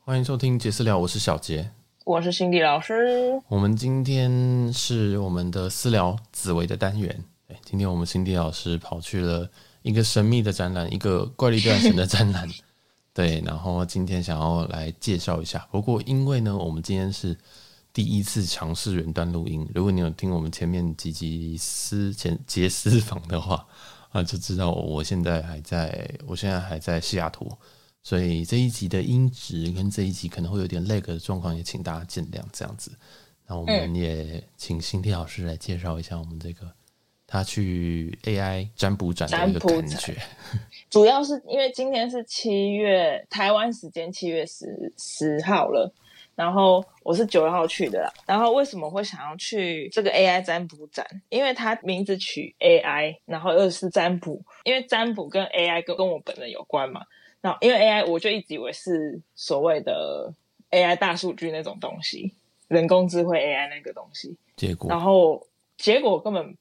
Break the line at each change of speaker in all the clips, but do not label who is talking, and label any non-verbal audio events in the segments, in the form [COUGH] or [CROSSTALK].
欢迎收听杰私聊，我是小杰。
我是心理老师，
我们今天是我们的私聊紫薇的单元。对，今天我们辛迪老师跑去了一个神秘的展览，一个怪力乱神的展览。对，然后今天想要来介绍一下。不过因为呢，我们今天是第一次尝试远端录音，如果你有听我们前面几集私前杰私房的话啊，就知道我现在还在，我现在还在西雅图。所以这一集的音质跟这一集可能会有点 lag 的状况，也请大家见谅这样子。那我
嗯
们也请辛迪老师来介绍一下我们这个他去 AI 占卜展的一个
占卜
感
展
觉。
主要是因为今天是七月台湾时间七月十十号了，然后我是九号去的啦。然后为什么会想要去这个 AI 占卜展？因为它名字取 AI，然后又是占卜，因为占卜跟 AI 跟跟我本人有关嘛。然后因为 AI，我就一直以为是所谓的 AI 大数据那种东西，人工智慧 AI 那个东西。
结果
然后结果根本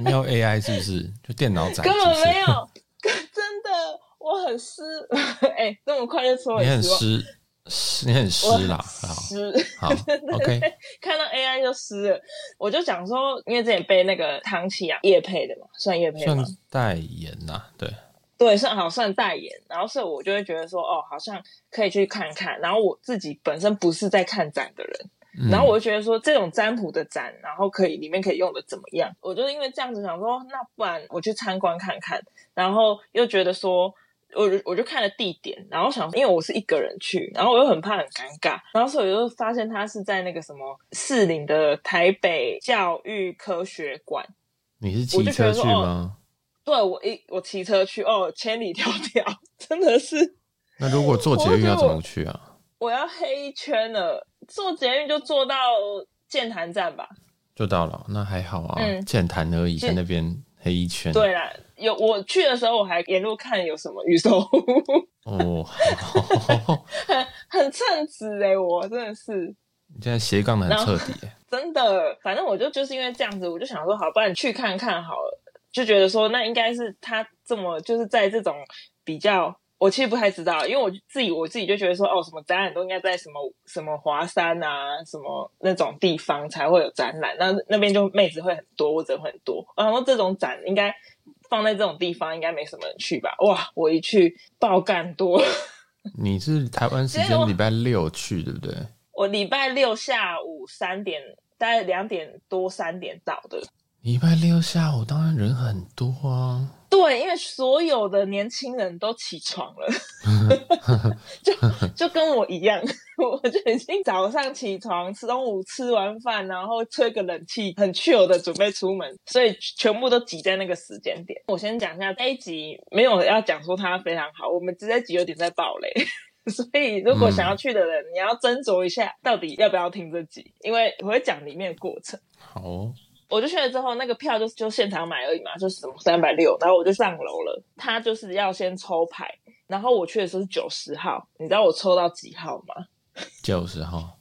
没有 AI 是不是？就电脑展
根
是不
本
是
没，有，真的，我很失，哎、这么快就说我
你很
失望，
湿，湿你很湿
我
啦。好
失， [LAUGHS]
好，OK，
看到 AI 就湿了。我就想说，因为之前被那个唐启阳叶配的嘛，算叶配吗
算？代言啦，对，
对，算好算代言，然后所以我就会觉得说，哦，好像可以去看看。然后我自己本身不是在看展的人，
嗯
然后我就觉得说这种占卜的展，然后可以里面可以用的怎么样？我就是因为这样子想说，那不然我去参观看看，然后又觉得说。我就我就看了地点，然后想，因为我是一个人去，然后我又很怕很尴尬，然后所以我就发现它是在那个什么士林的台北教育科学馆。
你是
我
骑
就觉
车
得
去
说哦
吗？
对我一我骑车去，哦，千里迢迢，真的是
那如果坐捷
我就
运
觉得
要怎
我
么去啊？
我要黑一圈了。坐捷运就坐到建潭站吧，
就到了，那还好啊，
嗯
浅谈而已，
这
在那边黑一圈。
对啦，有我去的时候，我还沿路看有什么预售屋， [LAUGHS]
哦，好
很很称职哎，我真的是
你现在斜杠的很彻底耶。
真的，反正我就就是因为这样子，我就想说，好，不然去看看好了，就觉得说那应该是他这么就是在这种比较。我其实不太知道，因为我自己我自己就觉得说，哦，什么展览都应该在什么什么华山啊，什么那种地方才会有展览，那那边就妹子会很多，或者会很多。然后这种展应该放在这种地方，应该没什么人去吧？哇，我一去爆干多，
你是台湾时
所以
间
我
礼拜六去，对不对？
我礼拜六下午三点，大概两点多三点到的。
礼拜六下午当然人很多啊，
对，因为所有的年轻人都起床了，就就跟我一样， [LAUGHS] 我就已经早上起床，中午吃完饭，然后吹个冷气，很 chill 的准备出门，所以全部都挤在那个时间点。我先讲一下这一集，没有要讲说它非常好，我们这一集有点在爆雷。 [LAUGHS] 所以，如果想要去的人，你要斟酌一下，到底要不要听这集，因为我会讲里面的过程。
好哦，
我就去了之后，那个票就就现场买而已嘛，就是什么三百六，然后我就上楼了。他就是要先抽牌，然后我去的时候是九十号，你知道我抽到几号吗？
九十号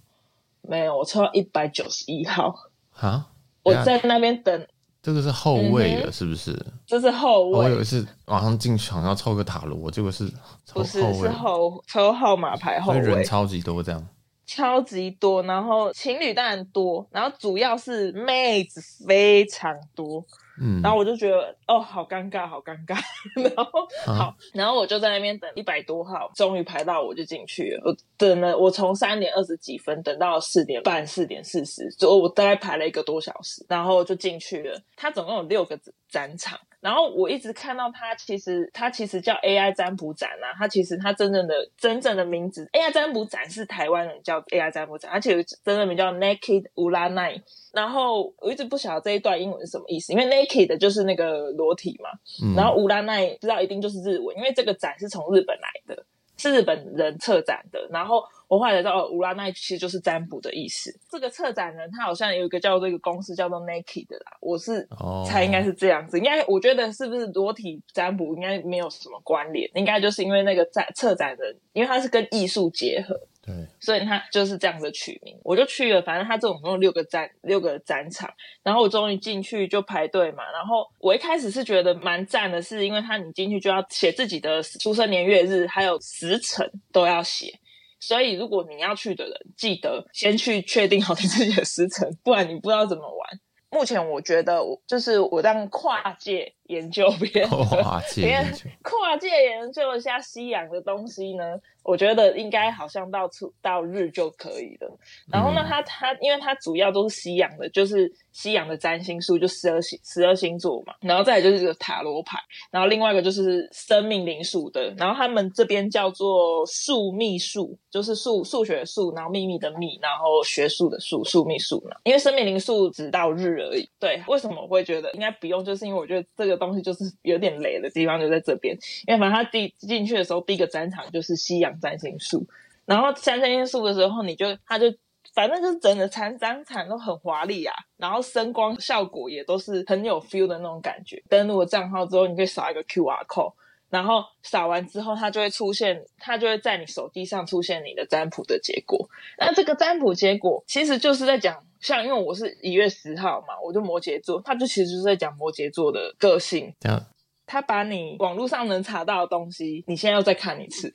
没有，我抽到一百九十一号。
啊，
我
等一下
在那边等，
这个是后位
嗯
的，是不是？
这是后
哦我以
位，
为是晚上进场要抽个塔罗，结果是抽
不是
后
是
位，
后抽号码牌后
所以人
位，
超级多这样。
超级多。然后情侣当然多，然后主要是妹子非常多。
嗯，
然后我就觉得哦，好尴尬，好尴尬。 [LAUGHS] 然后
啊
好，然后我就在那边等一百多号，终于排到我就进去了。我等了，我从三点二十几分等到四点半、四点四十，就我大概排了一个多小时，然后就进去了。它总共有六个展场。然后我一直看到它，其实它其实叫 AI 占卜展啊，它其实它真正的真正的名字 AI 占卜展是台湾人叫 AI 占卜展，而且真正名叫 Naked Ulanai。然后我一直不晓得这一段英文是什么意思，因为 Naked 就是那个裸体嘛，
嗯
然后乌拉奈知道一定就是日文，因为这个展是从日本来的，是日本人策展的。然后我后来才知道，哦乌拉奈其实就是占卜的意思。这个策展人他好像有一个叫这个公司叫做 Nike 的啦，我是
哦，
猜应该是这样子。应该我觉得是不是裸体占卜应该没有什么关联，应该就是因为那个展策展人，因为他是跟艺术结合，
对， [LAUGHS]
所以他就是这样的取名。我就去了，反正他这种共有六个展，六个展场，然后我终于进去就排队嘛。然后我一开始是觉得蛮赞的是，因为他你进去就要写自己的出生年月日，还有时辰都要写。所以如果你要去的人，记得先去确定好你自己的时程，不然你不知道怎么玩。目前我觉得我就是我让跨界研究别人的
哇，
别
谢
人
谢。
跨界研究一下西洋的东西呢，我觉得应该好像到处到日就可以了。然后呢
嗯，
它它因为它主要都是西洋的，就是西洋的占星术，就十二星十二星座嘛，然后再来就是这个塔罗牌，然后另外一个就是生命灵数的，然后他们这边叫做数秘术，就是数数学的数，然后秘密的密，然后学术的术，数秘术嘛。因为生命灵数只到日而已。对，为什么我会觉得应该不用？就是因为我觉得这个东西就是有点雷的地方就在这边，因为反正他第进去的时候第一个战场就是西洋占星术，然后三占星术的时候你就他就。反正就是整个展展场都很华丽啊，然后声光效果也都是很有 feel 的那种感觉。登录了账号之后，你可以扫一个 QR code，然后扫完之后，它就会出现，它就会在你手机上出现你的占卜的结果。那这个占卜结果其实就是在讲，像因为我是一月十号嘛，我就摩羯座，它就其实就是在讲摩羯座的个性。
这样
它把你网络上能查到的东西，你现在要再看一次。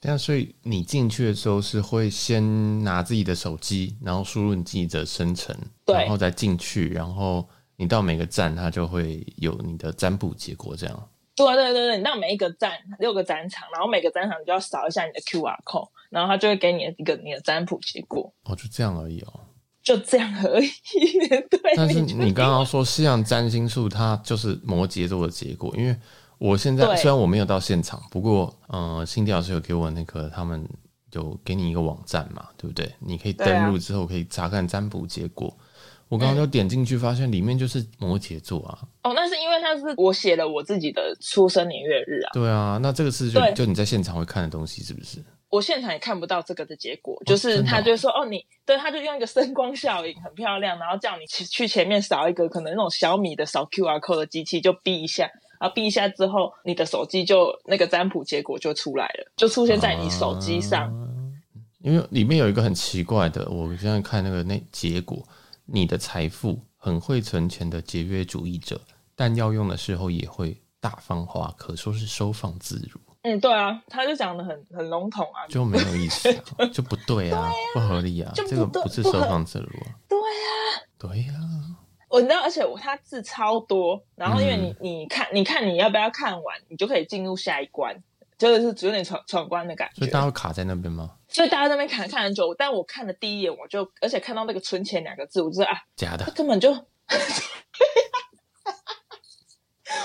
这样，所以你进去的时候是会先拿自己的手机，然后输入你自己的生辰，
对
然后再进去，然后你到每个站，它就会有你的占卜结果，这样。
对啊对对对，你到每一个站六个展场，然后每个展场你就要扫一下你的 QR code，然后它就会给你一个你的占卜结果，
哦，就这样而已哦。
就这样而已。 [LAUGHS] 对，
[LAUGHS] 但是
你就
你刚刚说西洋占星术，它就是摩羯座的结果，因为我现在
对
虽然我没有到现场，不过呃，辛迪老师有给我那个他们有给你一个网站嘛，对不对？你可以
对啊嗯
登录之后可以查看占卜结果。我刚刚就点进去，发现里面就是摩羯座啊，
哦，那是因为它是我写了我自己的出生年月日啊，
对啊，那这个是就
对
就你在现场会看的东西，是不是？
我现场也看不到这个的结果，就是
真的哦
他就说哦你对，他就用一个声光效应很漂亮，然后叫你去去前面扫一个可能那种小米的扫 QR code 的机器，就逼一下，然后逼一下之后，你的手机就那个占卜结果就出来了，就出现在你手机上。
啊因为里面有一个很奇怪的，我现在看那个那结果，你的财富很会存钱的节约主义者，但要用的时候也会大方花，可说是收放自如，
嗯，对啊，他就讲的很很笼统啊，
就没有意思、
[LAUGHS]
啊，就不对啊，不合理啊
就，不
这个
对
不是
不
收
合
放自如啊，
对
对呀、
我知道，而且我它字超多，然后因为你、
嗯
你看你看你要不要看完，你就可以进入下一关，就是有点闯闯关的感觉。
所以大家会卡在那边吗？
所以大家在那边看看很久，但我看了第一眼，我就而且看到那个“存钱”两个字，我就知道啊，
假
他
的，
根本就， [LAUGHS]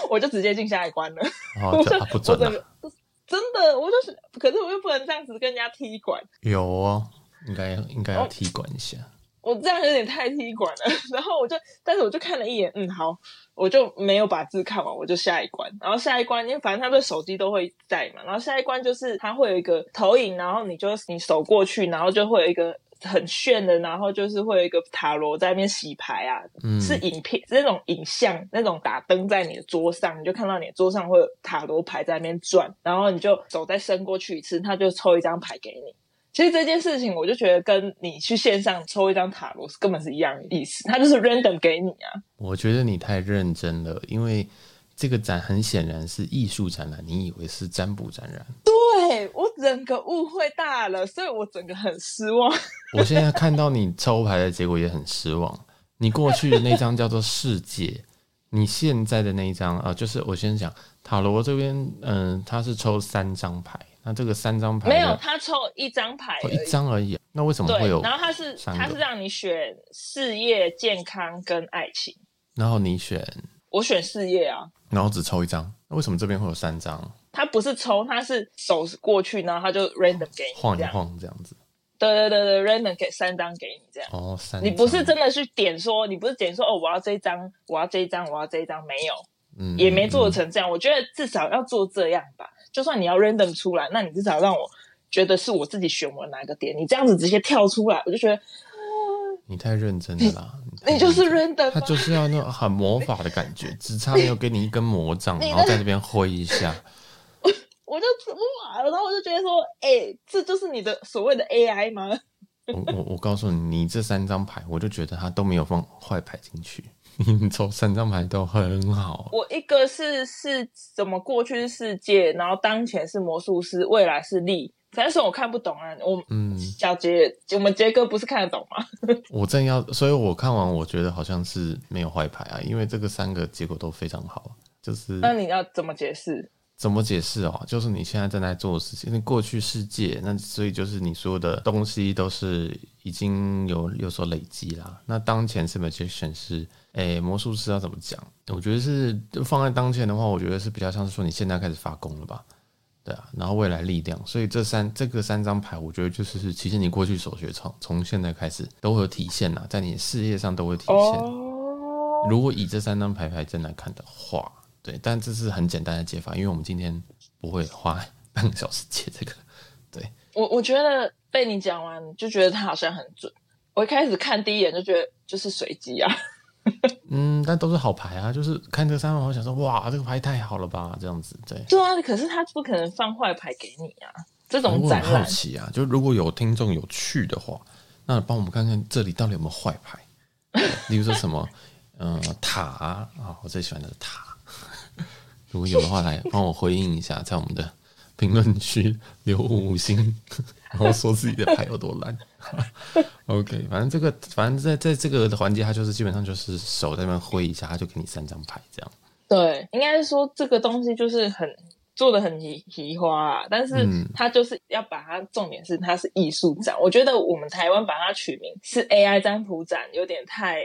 我就直接进下一关了。
哦，
[LAUGHS] 我
这
就
啊不
我
准
整
啊，
个真的，我就是，可是我又不能这样子跟人家踢馆，
有哦，应该应
哦
该要踢馆一下，
我这样有点太踢馆了。 [LAUGHS] 然后我就，但是我就看了一眼，嗯，好，我就没有把字看完，我就下一关。然后下一关，因为反正他的手机都会在嘛，然后下一关就是它会有一个投影，然后你就你手过去，然后就会有一个。很炫的，然后就是会有一个塔罗在那边洗牌啊，
嗯，
是影片是那种影像，那种打灯在你的桌上，你就看到你的桌上会有塔罗牌在那边转，然后你就手再伸过去一次，他就抽一张牌给你。其实这件事情，我就觉得跟你去线上抽一张塔罗是根本是一样的意思，它就是 random 给你啊。
我觉得你太认真了，因为这个展很显然是艺术展览，你以为是占卜展览。
对我整个误会大了，所以我整个很失望。
我现在看到你抽牌的结果也很失望。你过去的那张叫做世界，你现在的那一张啊、呃就是我先讲塔罗这边，嗯、它是抽三张牌，那这个三张牌
没有，
的
他抽一张牌
哦
而
一
已。
张而已，那为什么会
对
有，？
然后他是
三个
他是让你选事业、健康跟爱情，
然后你选，
我选事业啊。
然后只抽一张，那为什么这边会有三张？
他不是抽，他是手过去，然后他就 random 给你
晃一
这样。
晃这样子。
对对对对，random 给三张给你这样。
哦，三张。
你不是真的去点说，你不是点说哦，我要这一张，我要这一张，我要这一张，没有，
嗯
也没做
嗯
成这样。我觉得至少要做这样吧，就算你要 random 出来，那你至少让我觉得是我自己选我哪个点。你这样子直接跳出来，我就觉得
你太认真了啦！太
你就是
认真了
[LAUGHS] random
他
吗？
就是要那种很魔法的感觉，只差没有给你一根魔杖，
你
然后在那边挥一下。
我就哇，然后我就觉得说，哎、这就是你的所谓的 AI 吗？
我我我告诉你，你这三张牌，我就觉得他都没有放坏牌进去。你抽三张牌都很好，
我一个是是怎么过去是世界，然后当前是魔术师，未来是力，反正是我看不懂啊。我
嗯，
小杰，我们杰哥不是看得懂吗？
我正要，所以我看完我觉得好像是没有坏牌啊，因为这个三个结果都非常好，就是
那你要怎么解释？
怎么解释哦？就是你现在正在做的事情，因为过去世界，那所以就是你所有的东西都是已经有有所累积啦。那当前是 magician 是，诶、魔术师要怎么讲？我觉得是放在当前的话，我觉得是比较像是说你现在开始发功了吧。对啊，然后未来力量，所以这三这个三张牌，我觉得就是其实你过去所学从从现在开始都会有体现啦，在你的事业上都会体现。
哦，
如果以这三张牌牌阵来看的话，对，但这是很简单的解法，因为我们今天不会花半个小时解这个。
我我觉得被你讲完就觉得他好像很准。我一开始看第一眼就觉得就是随机啊， [LAUGHS]
嗯，但都是好牌啊，就是看这三张牌，我想说，哇，这个牌太好了吧，这样子。对，
对啊，可是他不可能放坏牌给你啊。这种
哎我很
展
好
览，
奇啊，就如果有听众有去的话，那帮我们看看这里到底有没有坏牌， [LAUGHS] 例如说什么，嗯、塔啊，啊我最喜欢的是塔。 [LAUGHS] 如果有的话，来帮我回应一下，在我们的评论区留五星， [LAUGHS] 然后说自己的牌有多烂。OK，反正 [LAUGHS] 这个，反正在在这个环节，它就是基本上就是手在那边挥一下，它就给你三张牌这样。
对，应该是说这个东西就是很做的很移移花、啊，但是
嗯
它就是要把它重点是它是艺术展。我觉得我们台湾把它取名是 AI 占卜展，有点
[LAUGHS]
太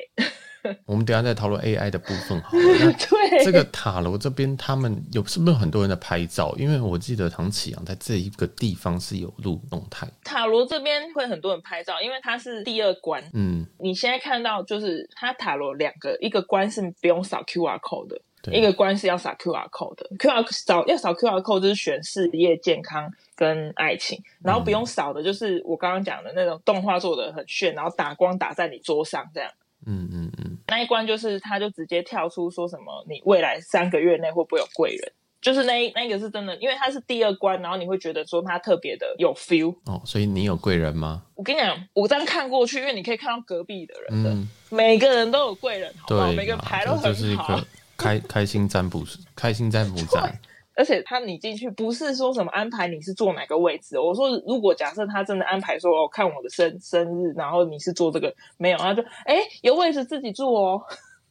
我们等一下再讨论 AI 的部分好了。那
对。
啊这个塔楼这边，他们有是不是有很多人在拍照？因为我记得唐启阳在这一个地方是有录动态，
塔罗这边会很多人拍照，因为它是第二关。
嗯，
你现在看到就是它塔罗两个，一个关是不用扫 QR code 的，
对，
一个关是要扫 QR code 的，QR 扫要扫 QR code 就是选事业、健康跟爱情，然后不
嗯
用扫的就是我刚刚讲的那种动画做的很炫，然后打光打在你桌上这样。
嗯嗯嗯，
那一关就是他就直接跳出说什么你未来三个月内会不会有贵人，就是那一那个是真的，因为它是第二关，然后你会觉得说它特别的有 feel。
哦，所以你有贵人吗？
我跟你讲，我这样看过去，因为你可以看到隔壁的人的，
嗯，
每个人都有贵人，好不好？
对
哦每个人
嘛
牌
这
都很
就是一
好。
个开开心占卜师，开心占卜展，
而且他你进去不是说什么安排你是坐哪个位置，哦我说如果假设他真的安排说哦看我的生生日，然后你是坐这个没有，他就哎有位置自己坐哦，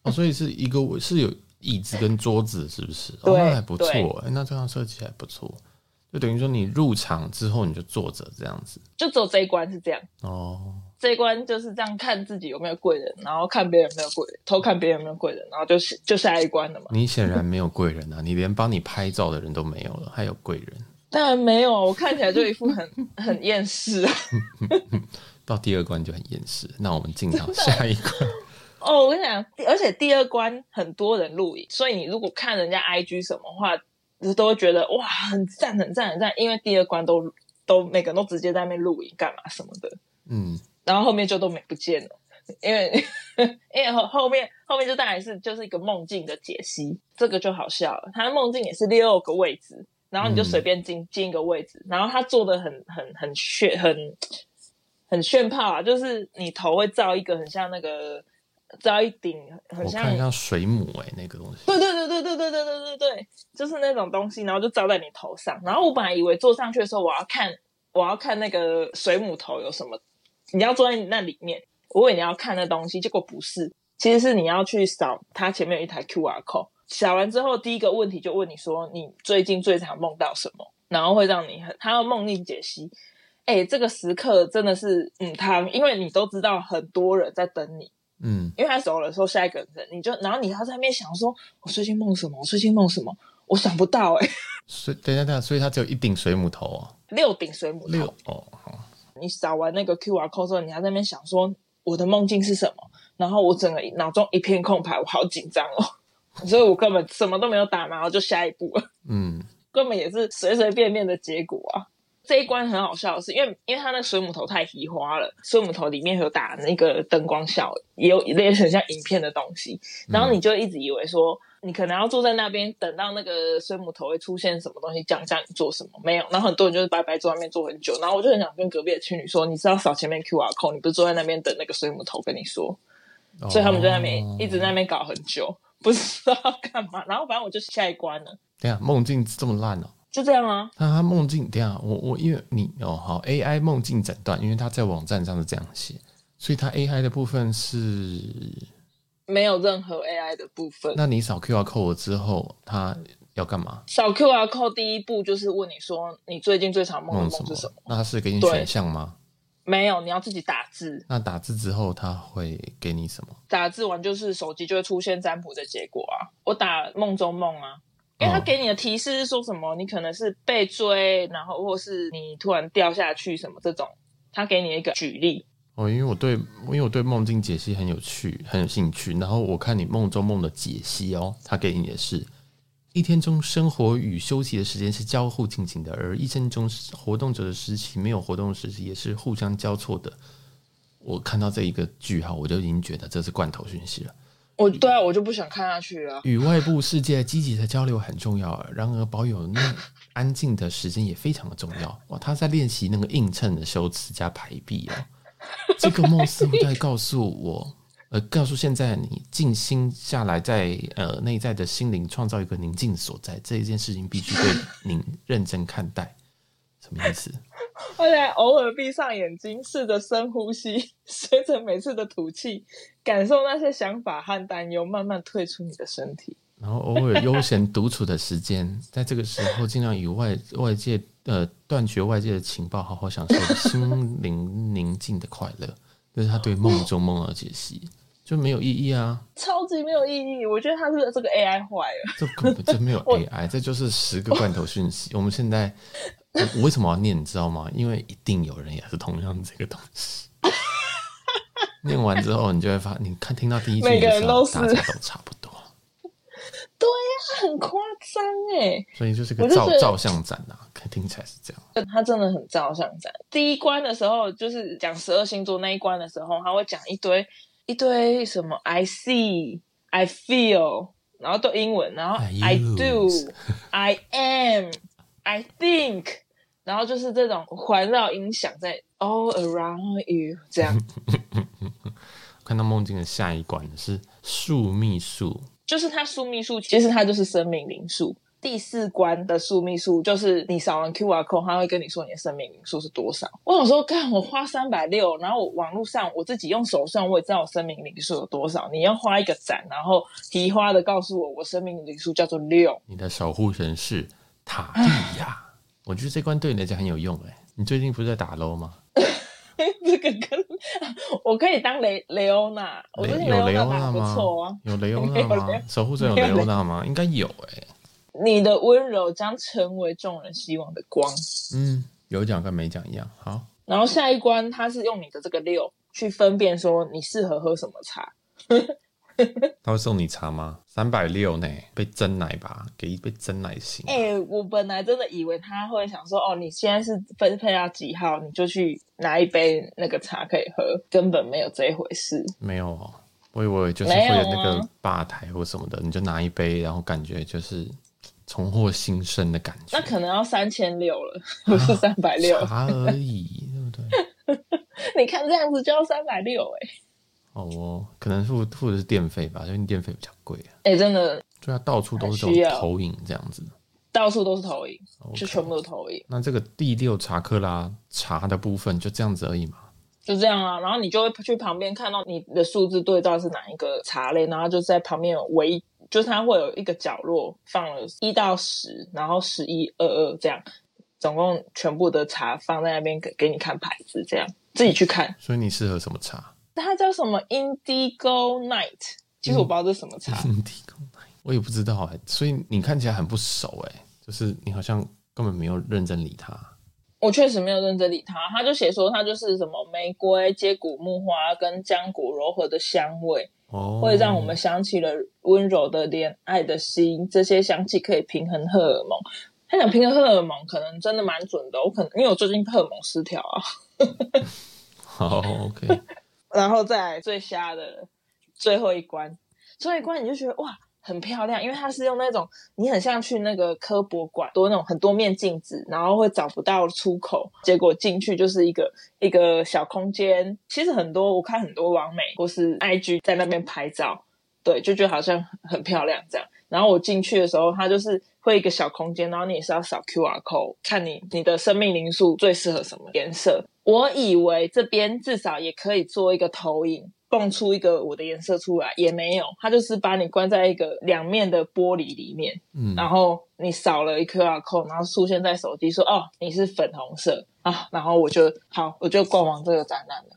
哦，所以是一个是有椅子跟桌子，是不是？哦，
对
那还不错，
对
哎那这样设计还不错，就等于说你入场之后你就坐着这样子，
就只有这一关是这样，
哦，
这一关就是这样看自己有没有贵人，然后看别人有没有贵人，偷看别人有没有贵人，然后就是就下一关了嘛。
你显然没有贵人啊，你连帮你拍照的人都没有了，还有贵人。
当然没有，啊我看起来就一副很 [LAUGHS] 很厌世啊。
到第二关就很厌世。那我们进到下一关，
哦，我跟你讲，而且第二关很多人录影，所以你如果看人家 IG 什么话，你都会觉得哇，很赞，很赞，很赞，因为第二关都都每个人都直接在那边录影干嘛什么的，
嗯，
然后后面就都没不见了。 [LAUGHS] 因为因为后后面后面就当然是就是一个梦境的解析，这个就好笑了。他的梦境也是六个位置，然后你就随便进、
嗯
进一个位置，然后他做的很很很炫很很炫炮啊，就是你头会罩一个很像那个罩一顶很
我
像
看像水母哎、那个东西，
对对对对对对对对对对，就是那种东西，然后就罩在你头上。然后我本来以为坐上去的时候，我要看我要看那个水母头有什么，你要坐在那里面，我以为你要看那东西，结果不是，其实是你要去扫它前面有一台 QR code，扫完之后第一个问题就问你说你最近最常梦到什么，然后会让你很，它要梦境解析。哎、这个时刻真的是嗯，他因为你都知道很多人在等你，
嗯，
因为他走了之后，下一个人你就，然后你还要在那边想说，我最近梦什么？我最近梦什么？我想不到哎、欸
所以等一下等一下，所以它只有一顶水母头哦，
六顶水母
六
头，
哦，好
你扫完那个 QR code 之后，你还在那边想说我的梦境是什么？然后我整个脑中一片空白，我好紧张哦， [LAUGHS] 所以我根本什么都没有打，然后就下一步了。
嗯，
根本也是随随便便的结果啊。这一关很好笑的是，因为因为它那个水母头太移花了，水母头里面有打那个灯光效，也有类似很像影片的东西，然后你就一直以为说你可能要坐在那边等到那个水母头会出现什么东西，讲讲你做什么没有，然后很多人就是白白坐在那边坐很久，然后我就很想跟隔壁的情侣说，你知道扫前面 QR code，你不是坐在那边等那个水母头跟你说，
哦
所以他们就在那边、一直在。那边搞很久，不知道要干嘛，然后反正我就下一关了。
等一下，梦境这么烂哦，
就这样啊。
那他梦境，等一下我我因为你哦好 AI 梦境诊断，因为他在网站上是这样写，所以他 AI 的部分是，
没有任何 AI 的部分。
那你扫 QR code 之后，他要干嘛？
扫 QR code 第一步就是问你说你最近最常梦的
什
梦
么
是什么？？
那他是给你
对
选项吗？
没有，你要自己打字，
那打字之后他会给你什么？
打字完就是手机就会出现占卜的结果啊。我打梦中梦啊，因为他
哦
给你的提示是说什么，你可能是被追，然后或是你突然掉下去什么这种，他给你一个举例。
哦，因为我对因为我对梦境解析很有趣，很有兴趣。然后我看你梦中梦的解析哦，他给你的是。一天中生活与休息的时间是交互进行的，而一生中活动者的时期没有活动的时期也是互相交错的。我看到这一个句号，我就已经觉得这是罐头讯息了。
我对啊，我就不想看下去啊了。
与外部世界积极的交流很重要，然而保有内安静的时间也非常的重要。哇，他在练习那个映衬的修辞加排比哦。这个梦似乎在告诉我，呃，告诉现在你静心下来在，呃内在的心灵创造一个宁静所在，这一件事情必须对您认真看待。什么意思？
后来偶尔闭上眼睛，试着深呼吸， [LAUGHS] 随着每次的吐气，感受那些想法和担忧慢慢退出你的身体。
然后偶尔悠闲独处的时间， [LAUGHS] 在这个时候尽量与外外界呃断绝外界的情报，好好享受心灵宁静的快乐。这是他对梦中梦的解析，就没有意义啊！
超级没有意义，我觉得他是这个 AI 坏了。
这根本就没
[LAUGHS]
有 AI，这就是十个罐头讯息。我们现在我我为什么要念，你知道吗？因为一定有人也是同样这个东西。念完之后，你就会发，你看听到第一句，
每
你
个
就
人
知道
都是
大家都差不多，
对呀、很夸张哎，
所以就是个
我就
照
觉得
照相展啊，看听起来是这样。
他真的很照相展。第一关的时候，就是讲十二星座那一关的时候，他会讲一堆一堆什么 I see、I feel，然后都英文，然后
I
I do
use、
I am、I think，然后就是这种环绕音响在 all around you 这样。
看到梦境的下一关是树密树，
就是它宿命数，其实它就是生命灵数。第四关的宿命数就是你扫完 QR code，它会跟你说你的生命灵数是多少。我想说，干我花三百六，然后我网络上我自己用手算，我也知道我生命灵数有多少。你要花一个展，然后提花的告诉我我生命灵数叫做六。 [LAUGHS]
你的守护神是塔利
啊
亚。我觉得这关对你来讲很有用哎、你最近不是在打 LO 吗？
这个跟我可以当雷雷欧娜，我觉得
有雷
欧
欧
娜打
娜
得不
吗
错啊。？
有雷欧娜
没有
吗
雷？
守护神有
没有
雷欧娜吗？应该有哎、
啊你的温柔将成为众人希望的光。
嗯，有奖跟没奖一样。好，
然后下一关，它是用你的这个六去分辨说你适合喝什么茶。
他会送你茶吗？三百六呢，杯真奶吧，给一杯真奶行。
哎、我本来真的以为他会想说，哦，你现在是分配到几号，你就去拿一杯那个茶可以喝，根本没有这一回事。
没有哦，我以为就是
没
会
有啊
有那个吧台或什么的，你就拿一杯，然后感觉就是重获新生的感觉。
那可能要三千六了， [LAUGHS] 不是三百
[LAUGHS]
六。
茶而已，对不对？
你看这样子就要三百六，哎
哦，我可能付付的是电费吧，因为电费比较贵啊。
哎，真的
对啊，到处都是这
需
种
要
投影这样子。
到处都是投影，就
OK
全部都投影，
那这个第六查克拉查的部分就这样子而已嘛。
就这样啊。然后你就会去旁边看到你的数字对照是哪一个茶类，然后就在旁边有唯一，就是它会有一个角落放了一到十，然后十一、二二这样，总共全部的茶放在那边给给你看牌子，这样自己去看。
所以你适合什么茶？
它叫什么 Indigo Night，其实我不知道这是什么茶，
你提供哪一 [LAUGHS] 我也不知道哎、所以你看起来很不熟哎、就是你好像根本没有认真理他。
我确实没有认真理它。它就写说它就是什么玫瑰、接骨木花跟浆果柔和的香味。
哦，
会让我们想起了温柔的恋爱的心，这些香气可以平衡荷尔蒙。他想平衡荷尔蒙，可能真的蛮准的。我可能因为我最近荷尔蒙失调啊，
[LAUGHS] 好 OK。
然后再来最瞎的最后一关，最后一关你就觉得哇很漂亮，因为它是用那种你很像去那个科博馆，多那种很多面镜子，然后会找不到出口，结果进去就是一个一个小空间。其实很多我看很多网美或是 IG 在那边拍照，对，就觉得好像很漂亮这样。然后我进去的时候，它就是会一个小空间，然后你也是要扫 QR code，看你你的生命灵数最适合什么颜色。我以为这边至少也可以做一个投影，蹦出一个我的颜色出来，也没有，它就是把你关在一个两面的玻璃里面， [LAUGHS]
嗯，
然后你扫了一 QR code，然后出现在手机说哦你是粉红色啊，然后我就好我就逛完这个展览了。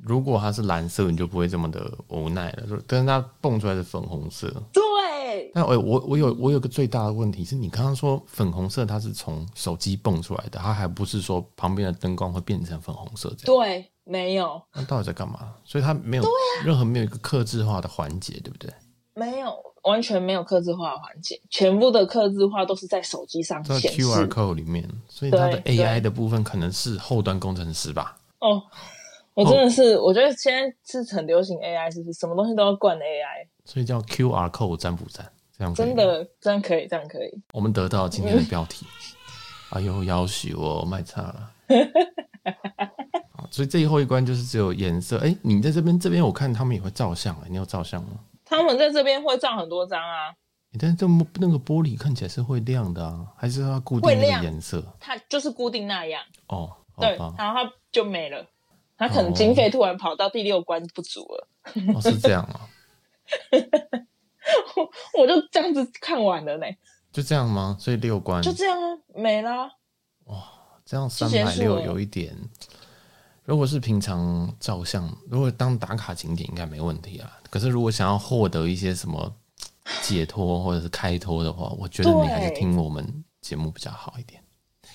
如果它是蓝色，你就不会这么的无奈了。但是它蹦出来是粉红色，
对，
但哎我我我有我有个最大的问题是你刚刚说粉红色它是从手机蹦出来的，它还不是说旁边的灯光会变成粉红色这样，
对，没有，
那到底在干嘛？所以它没有
啊
任何没有一个克制化的环节，对不对？
没有，完全没有刻字化的环节，全部的刻字化都是在手机上
在
显
QR
示。
code 里面，所以它的
对
AI
对
的部分可能是后端工程师吧？
哦，我真的是，我觉得现在是很流行 AI，就是什么东西都要灌 AI，
所以叫 QR code 占卜站，这样可以
真
吗。
的这样可以，这样可以。
我们得到今天的标题。哎呦，要许我卖差
[LAUGHS]
了。好所以最后一关就是只有颜色。哎、你在这边这边，我看他们也会照相、哎，你有照相吗？
他们在这边会照很多张啊，
哎但是这么那个玻璃看起来是会亮的啊，还是它固定那
会
个
亮
颜色？
它就是固定那样，
哦，好
对，
吧，
然后它就没了。它可
哦
能经费突然跑到第六关不足了，
哦是这样啊，
我就这样子看完了呢，
就这样吗？所以六关
就这样啊，没啦。
这样
就
三
结
百
束
六
了
有一点。如果是平常照相，如果当打卡景点应该没问题啊。可是如果想要获得一些什么解脱或者是开脱的话，我觉得你还是
对
听我们节目比较好一点。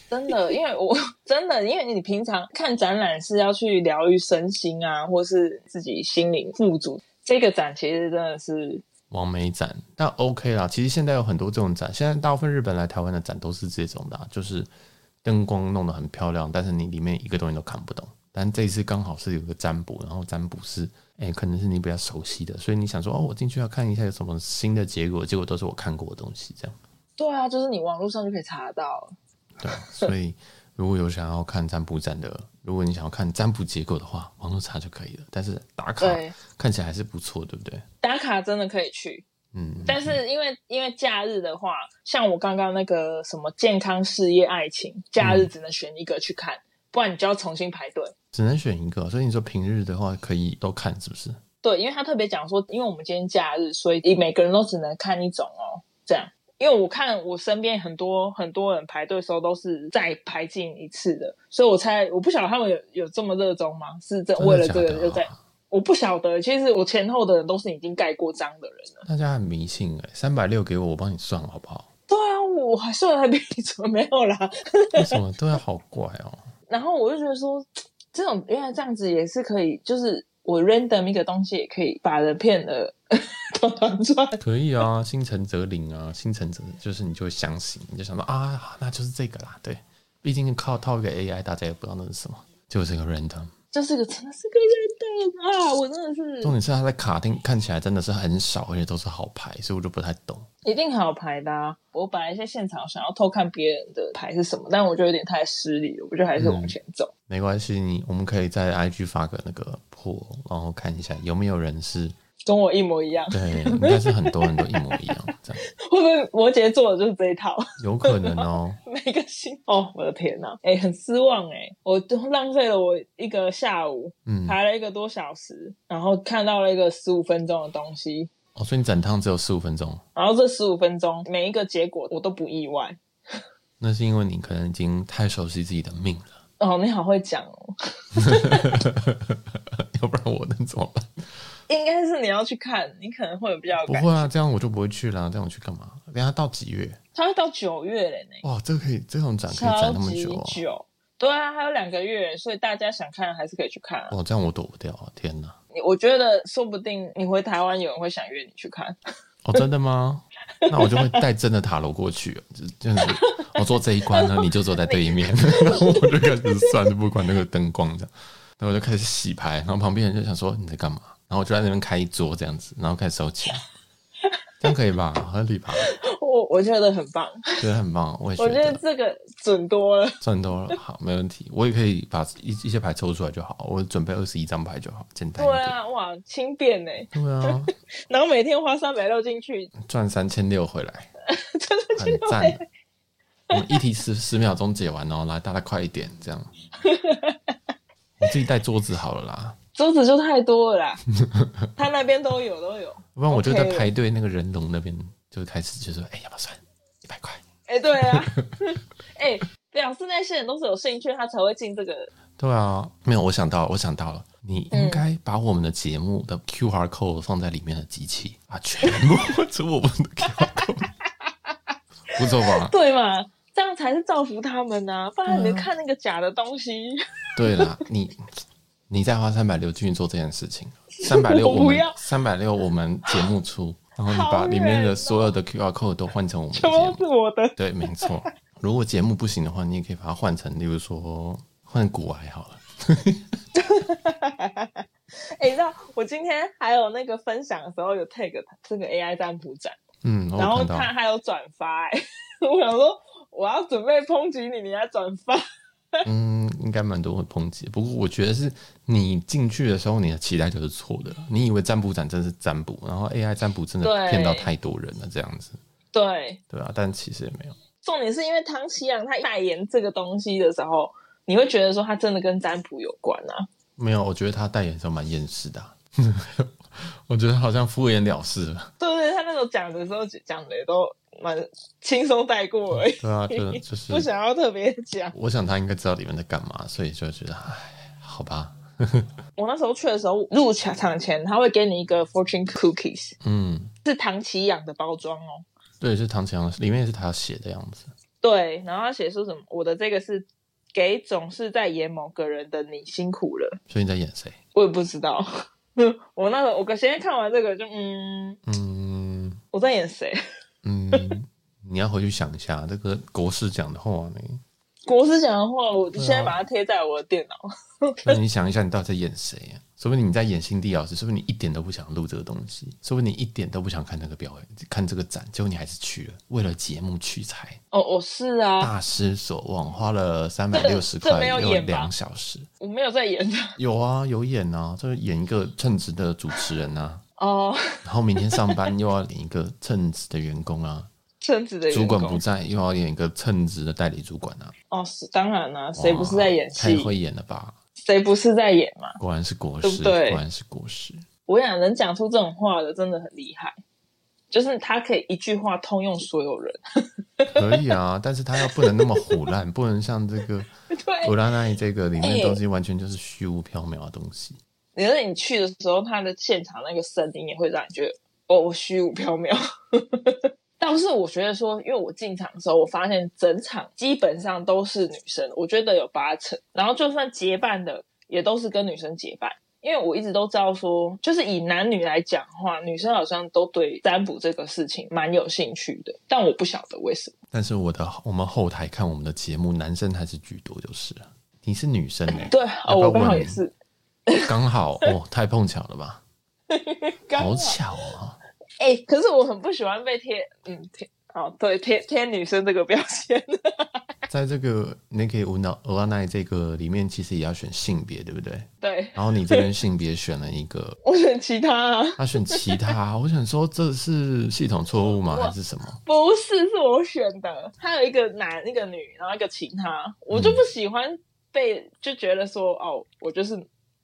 真的，因为我真的，因为你平常看展览是要去疗愈身心啊，或是自己心灵富足。这个展其实真的是
王美展，那 OK 啦。其实现在有很多这种展，现在大部分日本来台湾的展都是这种的啊、就是灯光弄得很漂亮，但是你里面一个东西都看不懂。但这一次刚好是有个占卜，然后占卜是，哎、可能是你比较熟悉的，所以你想说，哦，我进去要看一下有什么新的结果，结果都是我看过的东西，这样。
对啊，就是你网络上就可以查得到。
对，啊所以如果有想要看占卜站的，如果你想要看占卜结果的话，网络查就可以了。但是打卡
对，
看起来还是不错，对不对？
打卡真的可以去，
嗯，
但是因为因为假日的话，像我刚刚那个什么健康、事业、爱情，假日只能选一个去看，不然你就要重新排队。
只能选一个。所以你说平日的话可以都看，是不是？
对，因为他特别讲说，因为我们今天假日，所以每个人都只能看一种哦，这样。因为我看我身边很多很多人排队的时候都是再排进一次的，所以我猜我不晓得他们有有这么热衷吗？是这为了这个
真的假的啊
就在、我不晓得，其实我前后的人都是已经盖过章的人了。
大家很迷信哎、3三百六给我，我帮你算好不好？
对啊，我还算还比你准没有啦。
为什么都要好怪哦、
[LAUGHS] 然后我就觉得说，这种原来这样子也是可以，就是我 random 一个东西也可以把人骗了 [LAUGHS] 团团转。
可以啊，心诚则灵啊，心诚则就是你就会相信，你就想到啊，那就是这个啦。对，毕竟靠套一个 AI，大家也不知道那是什么，就是一个 random。
这是个真的是个人的啊！我真的
重
是
点是它在卡丁看起来真的是很少，而且都是好牌，所以我就不太懂。
一定好排的、啊。我本来在现场想要偷看别人的牌是什么，但我觉得有点太失礼了，我就还是往前走。
没关系，你我们可以在 IG 发个那个破，然后看一下有没有人是，
跟我一模一样
对，应该是很多人都一模一样，这样
会不会摩羯座的就是这一套？ [LAUGHS]
有可能哦。
每个星哦，我的天呐、哎、很失望哎、我都浪费了我一个下午，
嗯，
排了一个多小时，然后看到了一个十五分钟的东西，
哦，所以你整趟只有十五分钟，
然后这十五分钟每一个结果我都不意外。
那是因为你可能已经太熟悉自己的命了， [LAUGHS]
哦，你好会讲哦，
要不然我能怎么办？
应该是你要去看，你可能会有比较有
不
感
会啊，这样我就不会去啦，这样我去干嘛？等下到几月？
它会到九月嘞呢，
哇，这个可以这种展可以
超
展那么
级
久哦！
久。对啊，还有两个月，所以大家想看还是可以去看啊。
哦，这样我躲不掉啊！天哪！
你我觉得说不定你回台湾，有人会想约你去看。 [LAUGHS]
哦，真的吗？那我就会带真的塔罗过去，哦就这样子。我坐这一关呢，你就坐在对面， [LAUGHS] 然后我就开始算，就不管那个灯光这样。然后我就开始洗牌，然后旁边人就想说你在干嘛？然后我就在那边开一桌这样子，然后开始收钱，这样可以吧？合理吧？
我我觉得很
[LAUGHS]
棒，
觉得很棒，我也觉
我觉得
得
这个准多了。
赚多了，好，没问题。我也可以把一一些牌抽出来就好，我准备二十一张牌就好，简单
对
一点。
啊，哇，轻便呢，
对啊，
然后每天花三百六进去，
[LAUGHS] 赚三千六回来，
真的去
很
六
赞
倍
的。我们一题十十秒钟解完哦，来，大家快一点，这样。 [LAUGHS] 我自己带桌子好了啦，
桌子就太多了啦，
[LAUGHS]
他那边都有都有。
不然我就在
OK
排队那个人龙那边就开始就说，哎、要不要算一百块？
哎、对啊， [LAUGHS] 哎、表示那些人都是有兴趣，他才会进这个。
对啊，没有，我想到了，我想到了，你应该把我们的节目的 QR code 放在里面的机器啊，全部 [LAUGHS] 是我们的 QR code，不错吧？
对嘛？这样才是造福他们呐、不然
对啊
你看那个假的东西，
对
[LAUGHS]
啦，你你再花三百六进去做这件事情，三百六
我不
我们
要
三百六我们节目
[LAUGHS]
出，然后你把
好
里面
远
的
哦
所有的 QR code 都换成我们的
全
节
部
目，
是我的。
对，没错。如果节目不行的话，你也可以把它换成，例如说换古癌好了。
哎、你知道我今天还有那个分享的时候有 tag 他这个 AI 占卜展，
嗯，我
然
有
后
看到
他还有转发、哎， [LAUGHS] 我想说我要准备抨击你，你还转发，
嗯，应该蛮多会抨击。不过我觉得是你进去的时候，你的期待就是错的。你以为占卜展真是占卜，然后 AI 占卜真的
对
骗到太多人了，这样子，
对，
对啊，但其实也没有。
重点是因为汤西阳他代言这个东西的时候，你会觉得说他真的跟占卜有关啊。
没有，我觉得他代言的时候蛮厌世的啊、 [LAUGHS] 我觉得好像敷衍了事
[LAUGHS]
了。
对对，他那时候讲的时候讲的也都蛮轻松带过而已，
对啊，就 [LAUGHS] 就是
不，想要特别讲。
我想他应该知道里面在干嘛，所以就觉得，唉，好吧，
我那时候去的时候，入场前他会给你一个 fortune cookies，
嗯，
是唐奇阳的包装哦。
对，是唐强，里面也是他写的样子。
对，然后他写说什么？我的这个是给总是在演某个人的你辛苦了，
所以你在演谁？
我也不知道。 [LAUGHS] 我那时候我现在看完这个就嗯，
嗯
我在演谁？
嗯，
[LAUGHS]
你要回去想一下这个国事讲的话呢。
国师讲的话，我
啊
现在把它贴在我的电脑。
那你想一下，你到底在演谁呀、说不定你在演辛迪老师，说不定你一点都不想录这个东西，说不定你一点都不想看那个表演，看这个展，结果你还是去了，为了节目取材，
哦，我是啊，
大失所望，花了三百六十
这
块，
没有
又
演吧
两小时。
我没有在演的。
有啊，有演啊，就是演一个称职的主持人啊，
哦，
然后明天上班又要演一个称职的员工
[LAUGHS]
啊，
称职的员
主
工
管不在又要演一个称职的代理主管啊，
哦，是当然啦、谁不是在演
哇
戏
太？会演了吧？
谁不是在演嘛？
果然是国
对
师，
不对
果然是国师。
我想能讲出这种话的真的很厉害，就是他可以一句话通用所有人。 [LAUGHS]
可以啊，但是他要不能那么虎烂，不能像这
[LAUGHS]
个
对
乌，拉那这个里
哎
面的东西完全就是虚无缥缈的东西。
你说你去的时候，他的现场那个声音也会让你觉得哦，我虚无缥缈。 [LAUGHS] 但是我觉得说，因为我进场的时候，我发现整场基本上都是女生，我觉得有八成。然后就算结伴的，也都是跟女生结伴。因为我一直都知道说，就是以男女来讲话，女生好像都对占卜这个事情蛮有兴趣的，但我不晓得为什么。
但是我的我们后台看我们的节目，男生还是居多，就是了。你是女生
[LAUGHS]
哎、
对，
要不
哦，
要
我刚好
问
也
你
是，
刚好哦，太碰巧了吧？
刚
好
好
巧啊！
哎、可是我很不喜欢被贴，嗯，贴哦，对，贴贴女生这个标签。 [LAUGHS]
在这个你可以闻到乌拉那这个里面，其实也要选性别，对不对？
对
然后你这边性别选了一个，
[LAUGHS] 我选其他、啊，
他选其他，我想说这是系统错误吗？还是什么？
不是是我选的。还有一个男，一个女，然后一个其他，我就不喜欢被就觉得说哦，我就是，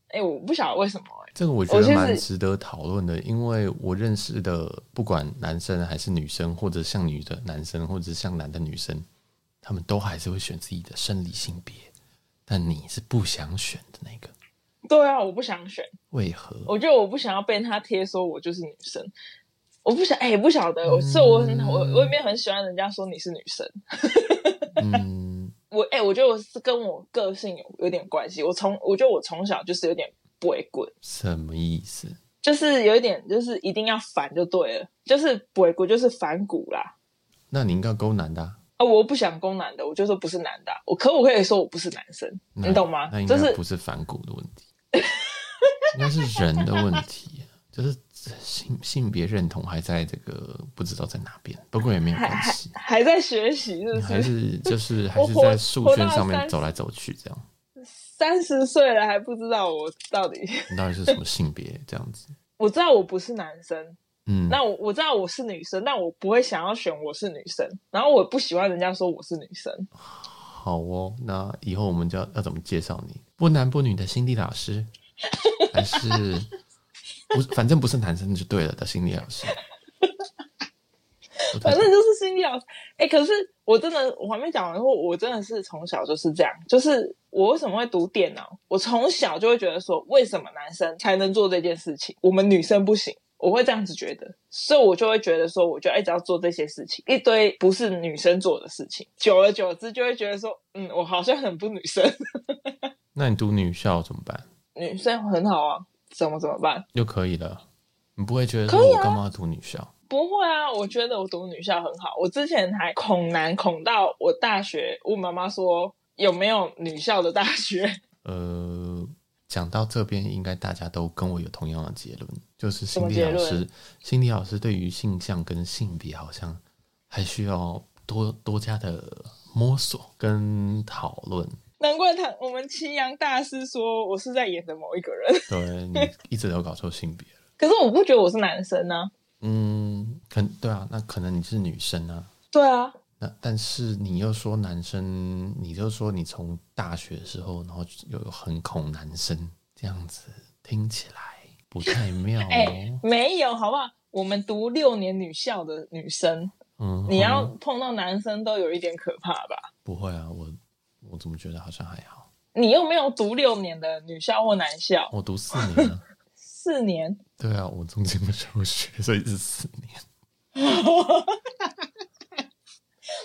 哎、我不晓得为什么、哎，
这个我觉得
我就
蛮
是
值得讨论的，因为我认识的不管男生还是女生，或者像女的男生，或者像男的女生，他们都还是会选自己的生理性别，但你是不想选的那个，
对啊，我不想选，
为何？
我觉得我不想要被他贴说我就是女生。我不想，哎、不晓得，我所以我很我我也没有很喜欢人家说你是女生，
嗯，
我哎、我觉得我是跟我个性有有点关系。我从我觉得我从小就是有点不会滚，
什么意思？
就是有一点就是一定要反就对了，就是不会滚就是反骨啦。
那你应该勾男的啊、
啊，我不想攻男的，我就说不是男的啊、我可我可以说我不是男生，
那
你懂吗
那？应
就
该
是
不是反骨的问题，应该是人的问题，啊就是性性别认同还在这个不知道在哪边，不过也没有关系。
还在学习，是不
你还
是？
是就是还
我
是
活
在树
活
圈
到
上面
30
走来走去这样，
[LAUGHS] 三十岁了还不知道我到底， [LAUGHS]
你到底是什么性别这样子？
我知道我不是男生，
嗯，
那我我知道我是女生，但我不会想要选我是女生，然后我不喜欢人家说我是女生。
好哦，那以后我们就要要怎么介绍你？不男不女的心理老
[LAUGHS]
师，还是不是？反正不是男生就对了的心理老
[LAUGHS]
师。我在
反正就是心理老师。哎、可是我真的我还没讲完，我我真的是从小就是这样，就是我为什么会读电脑？我从小就会觉得说，为什么男生才能做这件事情，我们女生不行？我会这样子觉得，所以我就会觉得说，我就一直要做这些事情，一堆不是女生做的事情。久而久之，就会觉得说，嗯，我好像很不女生， [LAUGHS]
那你读女校怎么办？
女生很好啊，怎么怎么办？
又可以了，你不会觉得
可
说
以
我
啊
干嘛读女校？
不会啊，我觉得我读女校很好。我之前还恐男恐到我大学，我妈妈说有没有女校的大学？ [LAUGHS]
呃，讲到这边，应该大家都跟我有同样的结论，就是心理
什么
老
结论
师，心理老师对于性向跟性别好像还需要多多加的摸索跟讨论。
难怪他我们祁阳大师说我是在演的某一个人， [LAUGHS]
对你一直都搞错性别了， [LAUGHS]
可是我不觉得我是男生啊。
嗯，可对啊，那可能你是女生啊，
对啊，
那但是你又说男生，你就说你从大学的时候，然后又很恐男生，这样子听起来不太妙哦。
哎、没有好不好？我们读六年女校的女生，
嗯，
你要
嗯
碰到男生都有一点可怕吧？
不会啊？我我怎么觉得好像还好？
你又没有读六年的女校或男校，
我读四年啊，
四年，
对啊，我中间没休学，所以是四年。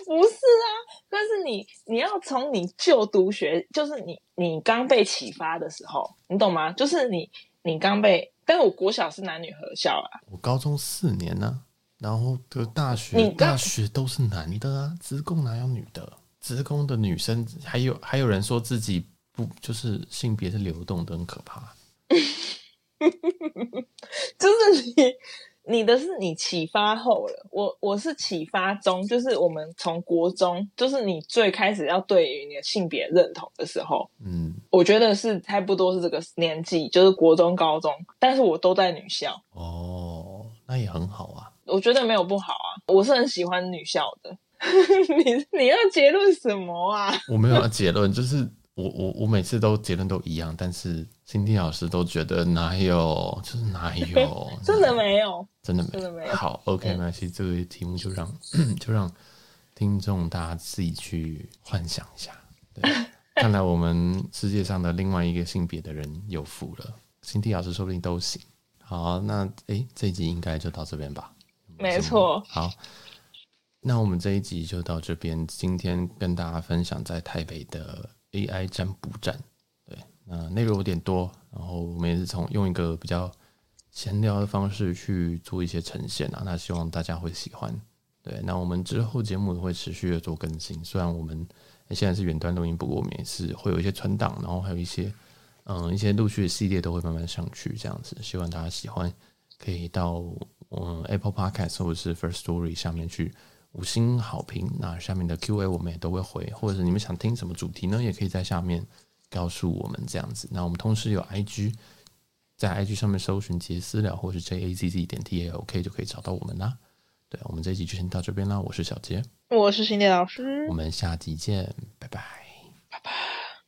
不是啊，但是你你要从你就读学，就是你你刚被启发的时候，你懂吗？就是你你刚被，但是我国小是男女合校啊，
我高中四年呢、然后的大学
你刚
大学都是男的啊，职工哪有女的？职工的女生还有还有人说自己不就是性别是流动的，很可怕。
就是你你的是你启发后了，我我是启发中，就是我们从国中，就是你最开始要对于你的性别认同的时候，
嗯，
我觉得是差不多是这个年纪，就是国中、高中，但是我都在女校。
哦，那也很好啊。
我觉得没有不好啊，我是很喜欢女校的。 [LAUGHS] 你你要结论什么啊？，
我没有要结论，就是我我我每次都结论都一样，但是新天老师都觉得哪有，就是哪有
真的没有，
真的没，
真的没有
好，OK，
嗯
没关系，这个题目就让 [CLEARS THROAT] 就让听众大家自己去幻想一下。
[LAUGHS]
对，看来我们世界上的另外一个性别的人有福了，新地老师说不定都行。好，那诶，这一集应该就到这边吧。
没错。
好，那我们这一集就到这边。今天跟大家分享在台北的 AI 占卜站，对，那内容有点多，然后我们也是从用一个比较闲聊的方式去做一些呈现啊，那希望大家会喜欢。对，那我们之后节目会持续的做更新，虽然我们诶现在是远端录音，不过我们也是会有一些存档，然后还有一些嗯一些陆续的系列都会慢慢上去，这样子，希望大家喜欢，可以到嗯 Apple Podcast 或者是 First Story 下面去五星好评，那下面的 Q&A 我们也都会回，或者是你们想听什么主题呢，也可以在下面告诉我们这样子。那我们同时有 IG，在 IG 上面搜寻杰私聊或是 JAZZ 点 TALK 就可以找到我们啦。对，我们这一集就先到这边啦。我是小杰，
我是新杰老师
我们下集见，拜拜。
拜拜。